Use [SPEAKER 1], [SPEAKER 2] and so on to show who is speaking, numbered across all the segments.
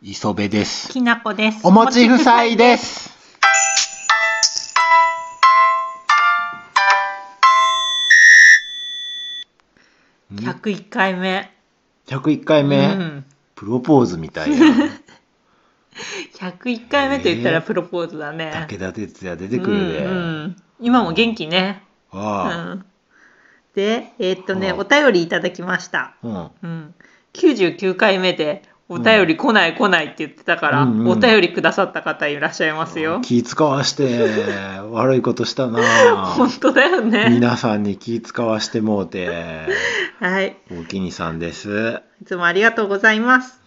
[SPEAKER 1] 磯部です。
[SPEAKER 2] きなこです。
[SPEAKER 1] おもち夫妻です。
[SPEAKER 2] もち夫妻。101回目。
[SPEAKER 1] 101回目、
[SPEAKER 2] うん。
[SPEAKER 1] プロポーズみたいな
[SPEAKER 2] 101回目と言った
[SPEAKER 1] え
[SPEAKER 2] ら
[SPEAKER 1] ー
[SPEAKER 2] プロポーズだね。
[SPEAKER 1] 武田鉄矢出てくるで、
[SPEAKER 2] うんうん今も元気ね。う
[SPEAKER 1] あ
[SPEAKER 2] ん、で、えーっとね、
[SPEAKER 1] うん
[SPEAKER 2] お便りいただきました。
[SPEAKER 1] あ、うん、
[SPEAKER 2] うん、99回目で、お便り来ない来ないって言ってたから、
[SPEAKER 1] うんうん
[SPEAKER 2] お便りくださった方いらっしゃいますよ。
[SPEAKER 1] 気使わして悪いことしたな
[SPEAKER 2] 本当だよね。
[SPEAKER 1] 皆さんに気使わしてもうて
[SPEAKER 2] はい。
[SPEAKER 1] おきにさんです
[SPEAKER 2] いつもありがとうございます。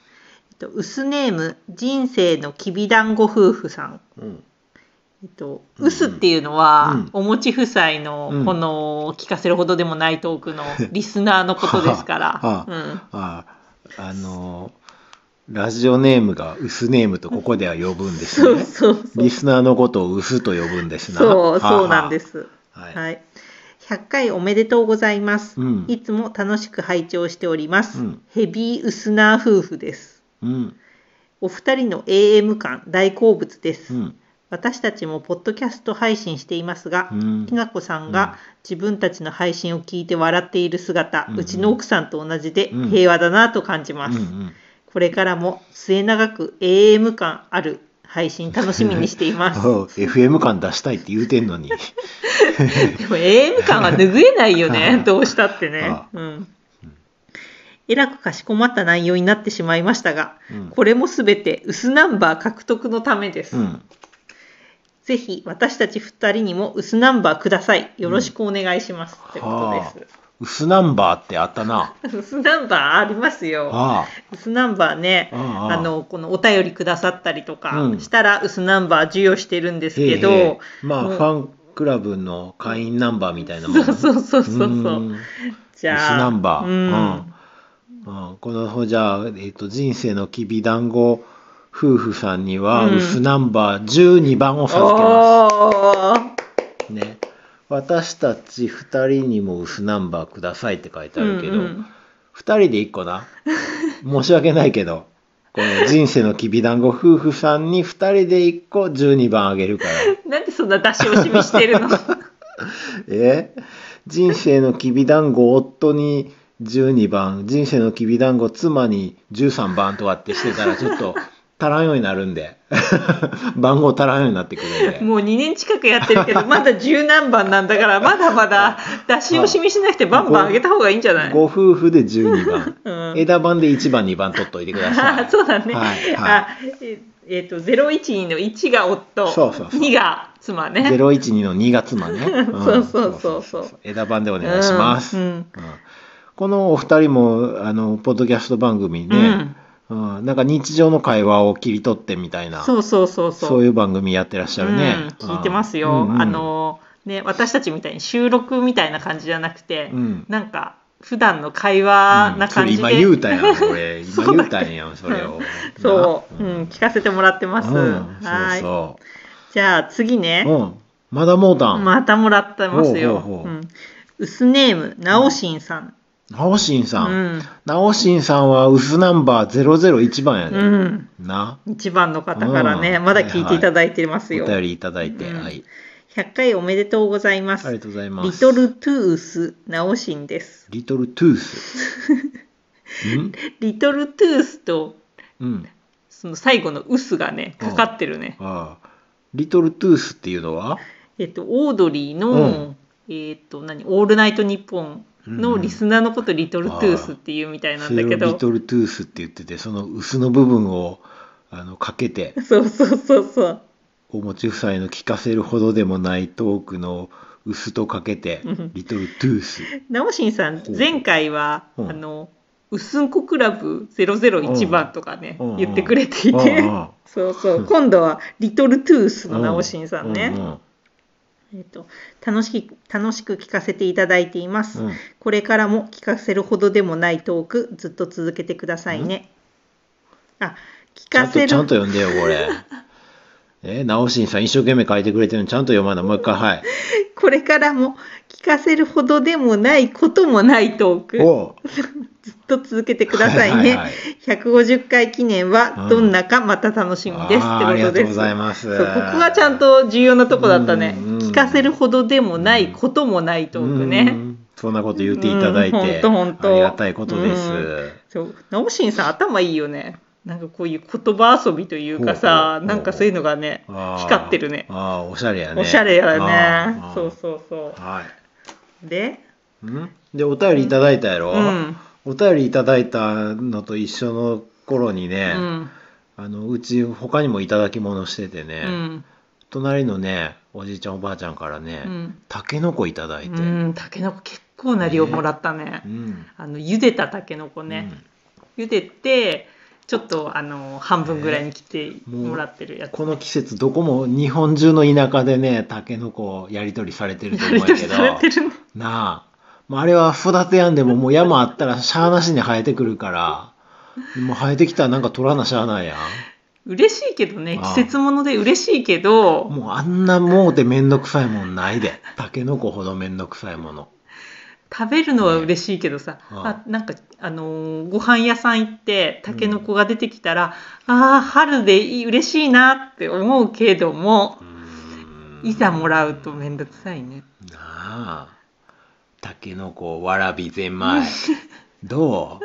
[SPEAKER 2] えっと、薄ネーム、人生のきびだんご夫婦さん。
[SPEAKER 1] うん
[SPEAKER 2] えっと、
[SPEAKER 1] うんうん
[SPEAKER 2] うすっていうのは、
[SPEAKER 1] うん
[SPEAKER 2] お持ち夫妻のこの聞かせるほどでもないトー クのリスナーのことですか
[SPEAKER 1] は
[SPEAKER 2] ら
[SPEAKER 1] あ、
[SPEAKER 2] うん、
[SPEAKER 1] ああのラジオネームがウスネームとここでは呼ぶんです
[SPEAKER 2] そう
[SPEAKER 1] ね
[SPEAKER 2] そうそう
[SPEAKER 1] リスナーのことをウスと呼ぶんですな
[SPEAKER 2] そう
[SPEAKER 1] はあはあ
[SPEAKER 2] そうなんです、
[SPEAKER 1] は、
[SPEAKER 2] はいい100回おめでとうございます、
[SPEAKER 1] うん
[SPEAKER 2] いつも楽しく拝聴しております、
[SPEAKER 1] うん
[SPEAKER 2] ヘビーウスナー夫婦です
[SPEAKER 1] うん
[SPEAKER 2] お二人の AM 感大好物です、
[SPEAKER 1] うん
[SPEAKER 2] 私たちもポッドキャスト配信していますが、
[SPEAKER 1] うん
[SPEAKER 2] きなこさ
[SPEAKER 1] う
[SPEAKER 2] ん
[SPEAKER 1] ん
[SPEAKER 2] が自分たちの配信を聞いて笑っている姿、
[SPEAKER 1] う
[SPEAKER 2] うん
[SPEAKER 1] うん
[SPEAKER 2] ちの奥さんと同じで
[SPEAKER 1] うん
[SPEAKER 2] 平和だなと感じます、
[SPEAKER 1] うん
[SPEAKER 2] これからも末永く AM 感ある配信楽しみにしていますでも
[SPEAKER 1] おう FM 感出したいって言うてんの に
[SPEAKER 2] AM 感は拭えないよ
[SPEAKER 1] ああ
[SPEAKER 2] ねどうしたってね
[SPEAKER 1] ああ
[SPEAKER 2] うんえらくかしこまった内容になってしまいましたが、
[SPEAKER 1] うん
[SPEAKER 2] これもすべて薄ナンバー獲得のためです、
[SPEAKER 1] うん
[SPEAKER 2] ぜひ私たち二人にも薄ナンバーください。よろしくお願いします。ってことで
[SPEAKER 1] 薄ナンバーってあったな
[SPEAKER 2] す。薄ナンバーありますよ。
[SPEAKER 1] あ
[SPEAKER 2] 薄ナンバーね、
[SPEAKER 1] あああ
[SPEAKER 2] あのこのお便りくださったりとか
[SPEAKER 1] うん
[SPEAKER 2] したら薄ナンバー授与してるんです
[SPEAKER 1] へえ
[SPEAKER 2] けど、
[SPEAKER 1] へえまあ
[SPEAKER 2] う
[SPEAKER 1] フ
[SPEAKER 2] ん
[SPEAKER 1] ァンクラブの会員ナンバーみたいなもん。
[SPEAKER 2] そうそうそうそうそううんじゃあ、
[SPEAKER 1] 薄ナンバー
[SPEAKER 2] うん、
[SPEAKER 1] うんこのじゃあ、えっと人生のきびだんご夫婦さんには、
[SPEAKER 2] うん
[SPEAKER 1] 薄ナンバー12番を授けま
[SPEAKER 2] おー
[SPEAKER 1] すね私たち2人にも薄ナンバーくださいって書いてあるけど、
[SPEAKER 2] う
[SPEAKER 1] 二
[SPEAKER 2] んうん
[SPEAKER 1] 2人で1個な申し訳ないけどこの人生のきびだんご夫婦さんに2人で1個12番あげるから
[SPEAKER 2] なんでそんな出し惜しみし てるの
[SPEAKER 1] え人生のきびだんご夫に12番人生のきびだんご妻に13番とかってしてたらちょっと足らんようになるんで 番号足らんようになってくるんで
[SPEAKER 2] もう2年近くやってるけどまだ十何番なんだからまだまだ出し惜しみしなくてバンバン上げた方がいいんじゃない
[SPEAKER 1] ご夫婦で12番、
[SPEAKER 2] うん
[SPEAKER 1] 枝番で1番2番取っといてくださ
[SPEAKER 2] あ
[SPEAKER 1] い
[SPEAKER 2] そうだね。
[SPEAKER 1] はいはい
[SPEAKER 2] あええっ、と012の1が夫、
[SPEAKER 1] そうそうそう
[SPEAKER 2] 2が妻ね。
[SPEAKER 1] 012の2月間 ね、
[SPEAKER 2] そうそうそうそう
[SPEAKER 1] 枝番でお願いします、
[SPEAKER 2] うん
[SPEAKER 1] うんこのお二人もあのポッドキャスト番組
[SPEAKER 2] うん
[SPEAKER 1] ね、うんなんか日常の会話を切り取ってみたいな
[SPEAKER 2] そうそうそうそう。
[SPEAKER 1] そういう番組やってらっしゃるね。
[SPEAKER 2] うん聞いてますよ。
[SPEAKER 1] うんうん
[SPEAKER 2] あ、のね私たちみたいに収録みたいな感じじゃなくて、
[SPEAKER 1] うん
[SPEAKER 2] なんか普段の会話な感じで。
[SPEAKER 1] うんそれ今言うたやん、こ れ。今
[SPEAKER 2] そう
[SPEAKER 1] 言
[SPEAKER 2] だっ
[SPEAKER 1] う
[SPEAKER 2] け
[SPEAKER 1] たんやん、それを。
[SPEAKER 2] そう、
[SPEAKER 1] な
[SPEAKER 2] うん、聞かせてもらってます。
[SPEAKER 1] うん
[SPEAKER 2] はい
[SPEAKER 1] そ
[SPEAKER 2] じゃあ次ね
[SPEAKER 1] う。そう。うん。まだモータン。
[SPEAKER 2] またもらってます
[SPEAKER 1] ほ
[SPEAKER 2] よ。
[SPEAKER 1] うほうほう
[SPEAKER 2] うん。薄ネーム、なおしんさん。
[SPEAKER 1] なおしん
[SPEAKER 2] う
[SPEAKER 1] さん。
[SPEAKER 2] ん。
[SPEAKER 1] なおしんさんは薄ナンバー001番や
[SPEAKER 2] う
[SPEAKER 1] で。
[SPEAKER 2] ん。
[SPEAKER 1] な。
[SPEAKER 2] 一番の方からね、
[SPEAKER 1] うん
[SPEAKER 2] まだ聞いていただいてま
[SPEAKER 1] お
[SPEAKER 2] すよ。
[SPEAKER 1] 便りいただいて。
[SPEAKER 2] うん
[SPEAKER 1] はい。
[SPEAKER 2] 100回おめでとうございま
[SPEAKER 1] あり
[SPEAKER 2] す。
[SPEAKER 1] がとうございま
[SPEAKER 2] リ
[SPEAKER 1] す。
[SPEAKER 2] トルトゥース直しんです。
[SPEAKER 1] リトルトゥー ス。ん
[SPEAKER 2] リトルトゥースと
[SPEAKER 1] うん。
[SPEAKER 2] その最後のウスがね、
[SPEAKER 1] うん
[SPEAKER 2] かかってるね。
[SPEAKER 1] ああ。リトルトゥースっていうのは
[SPEAKER 2] えっと、オードリーの、
[SPEAKER 1] うん
[SPEAKER 2] えっと、何、オールナイトニッポンのリスナーのことリトルトゥースっていうみたいな
[SPEAKER 1] そ
[SPEAKER 2] ん
[SPEAKER 1] れ
[SPEAKER 2] だ
[SPEAKER 1] を
[SPEAKER 2] けど。
[SPEAKER 1] リトルトゥースって言っててその薄の部分をあのかけ て
[SPEAKER 2] そうそうそうそう。
[SPEAKER 1] お持ち夫妻の聞かせるほどでもないトークの薄とかけて
[SPEAKER 2] うん
[SPEAKER 1] リトルトゥー ス
[SPEAKER 2] 直しんさん
[SPEAKER 1] ほう、
[SPEAKER 2] 前回は、
[SPEAKER 1] うん
[SPEAKER 2] あの、うすんこクラブ001番とかね、
[SPEAKER 1] うん
[SPEAKER 2] 言ってくれていて。
[SPEAKER 1] あ
[SPEAKER 2] そうそう。今度は、リトルトゥース
[SPEAKER 1] あ
[SPEAKER 2] の直しんさんね。えっと、楽しき、楽しく聞かせていただいています。
[SPEAKER 1] うんうん
[SPEAKER 2] これからも聞かせるほどでもないトーク、ずっと続けてくださいね。あ、聞
[SPEAKER 1] ちゃ
[SPEAKER 2] か
[SPEAKER 1] んと
[SPEAKER 2] せ
[SPEAKER 1] ちゃん
[SPEAKER 2] る。
[SPEAKER 1] と読んでよこ れえ直しんさん一生懸命書いてくれてるのちゃんと読まないもう一回はい
[SPEAKER 2] これからも聞かせるほどでもないこともないトークずっ
[SPEAKER 1] おう
[SPEAKER 2] と続けてくださいね、
[SPEAKER 1] はいはいはい
[SPEAKER 2] 150回記念はどんなかまた楽しみです、
[SPEAKER 1] あ
[SPEAKER 2] っ
[SPEAKER 1] ー
[SPEAKER 2] てこ
[SPEAKER 1] ありが
[SPEAKER 2] と
[SPEAKER 1] と
[SPEAKER 2] で
[SPEAKER 1] う
[SPEAKER 2] す
[SPEAKER 1] ございます。
[SPEAKER 2] そうここがちゃんと重要なとこだったね、
[SPEAKER 1] うんうん
[SPEAKER 2] 聞かせるほどでもないこともないトークね、
[SPEAKER 1] うんそんなこと言っていただいて、
[SPEAKER 2] うんほんとほんと
[SPEAKER 1] ありがたいことです。
[SPEAKER 2] うんそう直しんさん頭いいよねなんかこういう言葉遊びというか
[SPEAKER 1] ほうほうほ
[SPEAKER 2] さ
[SPEAKER 1] うほう
[SPEAKER 2] なんかそういうのがね
[SPEAKER 1] あー
[SPEAKER 2] 光ってるね
[SPEAKER 1] ああ、おしゃれやね。
[SPEAKER 2] おしゃれやね
[SPEAKER 1] あー
[SPEAKER 2] そうそうそ
[SPEAKER 1] はい。
[SPEAKER 2] うで
[SPEAKER 1] んで、お便りいただいたやろ、
[SPEAKER 2] うん
[SPEAKER 1] お便りいただいたのと一緒の頃に
[SPEAKER 2] う
[SPEAKER 1] ね、
[SPEAKER 2] ん
[SPEAKER 1] あのうち他にもいただき物しててね、
[SPEAKER 2] うん
[SPEAKER 1] 隣のね、おじいちゃんおばあちゃんからね、
[SPEAKER 2] うん
[SPEAKER 1] タケノコいただいて、
[SPEAKER 2] うんたけのこ結構な量もらったね
[SPEAKER 1] うん
[SPEAKER 2] あの茹でたたけのこね、茹でてちょっとあの半分ぐらいに切ってもらってるやつ、
[SPEAKER 1] この季節どこも日本中の田舎でねタケノコやり取りされてると
[SPEAKER 2] や
[SPEAKER 1] 思う
[SPEAKER 2] り
[SPEAKER 1] んや
[SPEAKER 2] 取
[SPEAKER 1] け
[SPEAKER 2] り
[SPEAKER 1] ど
[SPEAKER 2] されてるね
[SPEAKER 1] なあ、まあ、あれは育てやんでももう山あったらしゃあなしに生えてくるからもう生えてきたらなんか取らなしゃあないや
[SPEAKER 2] 嬉しいけどね
[SPEAKER 1] ああ
[SPEAKER 2] 季節もので嬉しいけ
[SPEAKER 1] ん
[SPEAKER 2] ど
[SPEAKER 1] もうあんなもうてめんどくさいもんないでタケノコほどめんどくさいもの
[SPEAKER 2] 食べるのは嬉しいけどさ、
[SPEAKER 1] うん
[SPEAKER 2] あなんか、あのーご飯屋さん行ってたけのこが出てきたら、ああ春でいい嬉しいなって思うけども
[SPEAKER 1] うーん
[SPEAKER 2] いざもらうと面倒くさいね
[SPEAKER 1] なあタケノコわらびぜんまい ど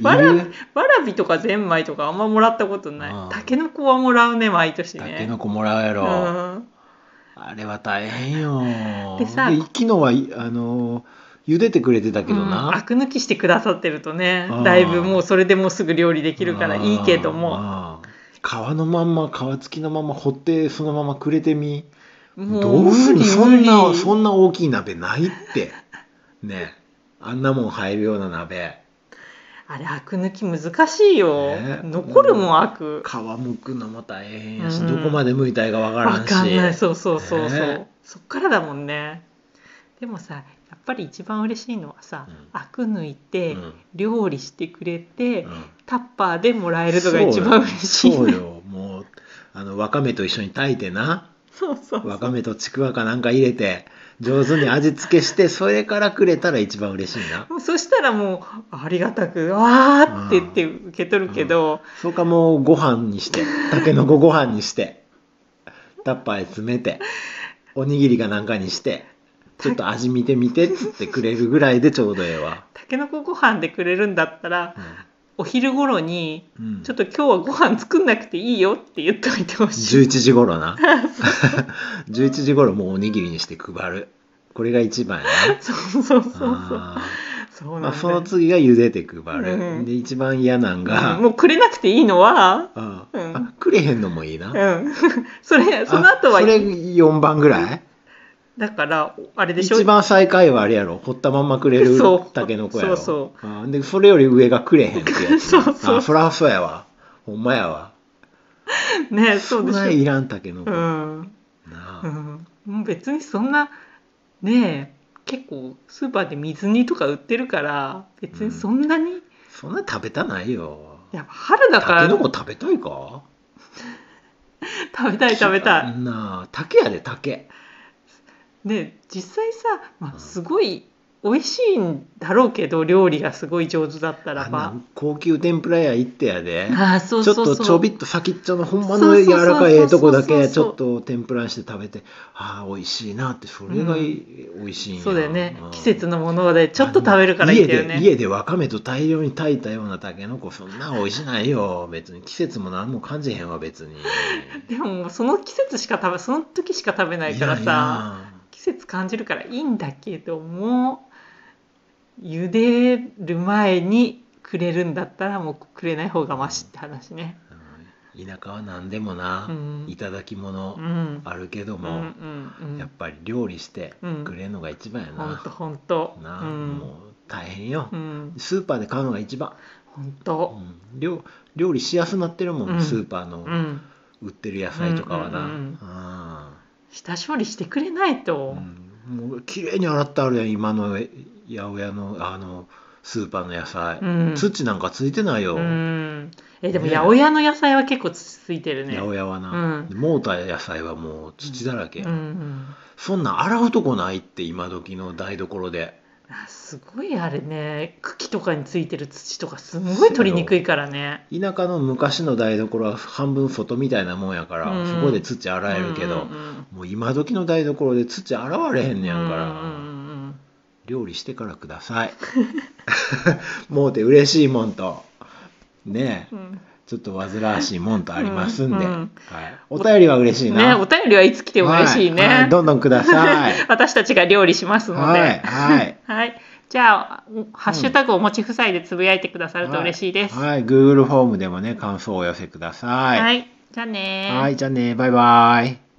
[SPEAKER 1] う
[SPEAKER 2] わら
[SPEAKER 1] いる
[SPEAKER 2] わらびとかゼンマイとかあんまもらったこと
[SPEAKER 1] う
[SPEAKER 2] なんいたけのこはもらうね毎年ね
[SPEAKER 1] タケノコもらうやろ、
[SPEAKER 2] うん
[SPEAKER 1] あれは大変よ。
[SPEAKER 2] でさ
[SPEAKER 1] 昨日はいあの茹でてくれてたけど
[SPEAKER 2] うんア
[SPEAKER 1] な。
[SPEAKER 2] ク抜きしてくださってるとね
[SPEAKER 1] ああ
[SPEAKER 2] だいぶもうそれでもうすぐ料理できるからいいけども
[SPEAKER 1] も。皮のまんま皮付きのまま掘ってそのままくれてみ。
[SPEAKER 2] も
[SPEAKER 1] どうする
[SPEAKER 2] 無理
[SPEAKER 1] そん
[SPEAKER 2] 無
[SPEAKER 1] な
[SPEAKER 2] 理
[SPEAKER 1] そんな大きい鍋ないって。ね。あんなもん入るような鍋。
[SPEAKER 2] あれアク抜き難しいよ、
[SPEAKER 1] ね
[SPEAKER 2] 残るもんアク
[SPEAKER 1] 皮むくのも大変やし、
[SPEAKER 2] うん
[SPEAKER 1] どこまで剥いたいかわからんし。
[SPEAKER 2] わかんないそうそうそうそう、
[SPEAKER 1] ね
[SPEAKER 2] そっからだもんねでもさやっぱり一番嬉しいのはさ、
[SPEAKER 1] うん
[SPEAKER 2] アク抜いて、
[SPEAKER 1] うん
[SPEAKER 2] 料理してくれて、
[SPEAKER 1] うん
[SPEAKER 2] タッパーでもらえるのが一番嬉しいね
[SPEAKER 1] そうよ。そうよもうあのわかめと一緒に炊いてな。
[SPEAKER 2] そうそうそう
[SPEAKER 1] わかめとちくわかなんか入れて上手に味付けしてそれからくれたら一番嬉しいな
[SPEAKER 2] もうそしたらもうありがたくわーって言って受け取るけど、
[SPEAKER 1] そうかもうご飯にしてたけのこご飯にしてタッパーへ詰めておにぎりかなんかにしてちょっと味見てみてっつってくれるぐらいでちょうどええわ、
[SPEAKER 2] たけのこご飯でくれるんだったらお昼頃に
[SPEAKER 1] うん
[SPEAKER 2] ちょっと今日はご飯作んなくていいよって言っておいてほしい。
[SPEAKER 1] 11時頃 な11時頃もうおにぎりにして配るこれが一番やな
[SPEAKER 2] そうそうそうそう。
[SPEAKER 1] あ
[SPEAKER 2] そう
[SPEAKER 1] ー
[SPEAKER 2] なん
[SPEAKER 1] ま
[SPEAKER 2] だよ
[SPEAKER 1] あ、その次が茹でて配る、
[SPEAKER 2] うん
[SPEAKER 1] で一番嫌なんが、
[SPEAKER 2] うんもうくれなくていいのは、
[SPEAKER 1] ああ
[SPEAKER 2] うん
[SPEAKER 1] あくれへんのもいいな、
[SPEAKER 2] うん、 それその後は
[SPEAKER 1] あそれ4番ぐらい
[SPEAKER 2] だからおあれでしょ
[SPEAKER 1] 一番最下位はあれやろ掘ったまんまくれる
[SPEAKER 2] そう
[SPEAKER 1] タケノコやろ
[SPEAKER 2] そう
[SPEAKER 1] あでそれより上がくれへんってやつ
[SPEAKER 2] そうそう
[SPEAKER 1] あそらそうやわほんまやわ
[SPEAKER 2] ねそうで
[SPEAKER 1] んな
[SPEAKER 2] し
[SPEAKER 1] いらんタケノコ、
[SPEAKER 2] ょ、う
[SPEAKER 1] なん
[SPEAKER 2] う
[SPEAKER 1] あ
[SPEAKER 2] ん、もう別にそんなねえ結構スーパーで水煮とか売ってるから別にそんなに、
[SPEAKER 1] そんな食べたないよ
[SPEAKER 2] やっぱ春だ
[SPEAKER 1] タ
[SPEAKER 2] か
[SPEAKER 1] ケ
[SPEAKER 2] ら
[SPEAKER 1] ノコ
[SPEAKER 2] 食
[SPEAKER 1] 食べたいか
[SPEAKER 2] べたい食べたい
[SPEAKER 1] なあ竹やで竹
[SPEAKER 2] で実際さ、ま
[SPEAKER 1] う
[SPEAKER 2] あ、
[SPEAKER 1] ん
[SPEAKER 2] すごい美味しいんだろうけど料理がすごい上手だったら
[SPEAKER 1] あん
[SPEAKER 2] ば
[SPEAKER 1] な高級天ぷら屋行ってやで
[SPEAKER 2] ああそう
[SPEAKER 1] ちょ
[SPEAKER 2] そう
[SPEAKER 1] っ
[SPEAKER 2] そう
[SPEAKER 1] とちょびっと先っちょのほんまの柔らかいええとこだけちょっと天ぷらにして食べてああ美味しいなってそれがい美味しいんや
[SPEAKER 2] そうだよね、
[SPEAKER 1] ん
[SPEAKER 2] 季節のものでちょっと食べるからいいんだよ
[SPEAKER 1] あの
[SPEAKER 2] ね
[SPEAKER 1] 家で家でわかめと大量に炊いたようなたけのこそんな美味しないよ別に季節も何も感じへんわ別に
[SPEAKER 2] でももうその季節しか食べその時しか食べないからさ
[SPEAKER 1] いやいや
[SPEAKER 2] 季節感じるからいいんだけども茹でる前にくれるんだったらもうくれない方がマシって話ね
[SPEAKER 1] うん田舎は何でもな、
[SPEAKER 2] うん
[SPEAKER 1] いただき物
[SPEAKER 2] うん
[SPEAKER 1] あるけど
[SPEAKER 2] うんう
[SPEAKER 1] も、
[SPEAKER 2] んう
[SPEAKER 1] やっ
[SPEAKER 2] ん
[SPEAKER 1] ぱり料理して
[SPEAKER 2] うん
[SPEAKER 1] くれるのが一番や
[SPEAKER 2] ほん
[SPEAKER 1] な、
[SPEAKER 2] とほんと
[SPEAKER 1] な、
[SPEAKER 2] うん
[SPEAKER 1] もう大変よ、
[SPEAKER 2] うん
[SPEAKER 1] スーパーで買うのが一番、
[SPEAKER 2] ほん
[SPEAKER 1] う
[SPEAKER 2] と
[SPEAKER 1] ん料料理しやすなってるもん、
[SPEAKER 2] うん
[SPEAKER 1] スーパーの
[SPEAKER 2] うん
[SPEAKER 1] 売ってる野菜とかはな、
[SPEAKER 2] うんうんうん
[SPEAKER 1] ああ
[SPEAKER 2] 下処理してくれないと
[SPEAKER 1] うんもう綺麗に洗ってあるやん今の八百屋のあのスーパーの野菜
[SPEAKER 2] う、ん
[SPEAKER 1] 土なんかついてないよ、
[SPEAKER 2] うんえでも
[SPEAKER 1] ね
[SPEAKER 2] 八百屋の野菜は結構つついてるね
[SPEAKER 1] 八百屋はな、
[SPEAKER 2] う
[SPEAKER 1] モーター野菜はもう土だらけ、
[SPEAKER 2] うんうん
[SPEAKER 1] そんなん洗うとこないって今時の台所で
[SPEAKER 2] あすごいあれね茎とかについてる土とかすんごい取りにくいからね
[SPEAKER 1] 田舎の昔の台所は半分外みたいなもんやから、
[SPEAKER 2] うん
[SPEAKER 1] そこで土洗えるけど、
[SPEAKER 2] うんうんうん
[SPEAKER 1] もう今時の台所で土洗われへんねやんから、
[SPEAKER 2] うんうんうん
[SPEAKER 1] 料理してからください もうて嬉しいもんとねえ
[SPEAKER 2] うん
[SPEAKER 1] ちょっと煩わしいもんとありますんで、
[SPEAKER 2] うんうん
[SPEAKER 1] はい、お便りは嬉しい
[SPEAKER 2] ね
[SPEAKER 1] な、
[SPEAKER 2] お便りはいつ来ても嬉しいね、
[SPEAKER 1] ははどんどんくだ さい
[SPEAKER 2] 私たちが料理しますので
[SPEAKER 1] はい はい
[SPEAKER 2] はいじゃあ「ハッシュタグお持ち夫妻」でつぶやいてくださると嬉しいです
[SPEAKER 1] はい、はい、Google フォームでもね感想をお寄せください
[SPEAKER 2] はいじゃあねー
[SPEAKER 1] はい、じゃあね、バイバイ。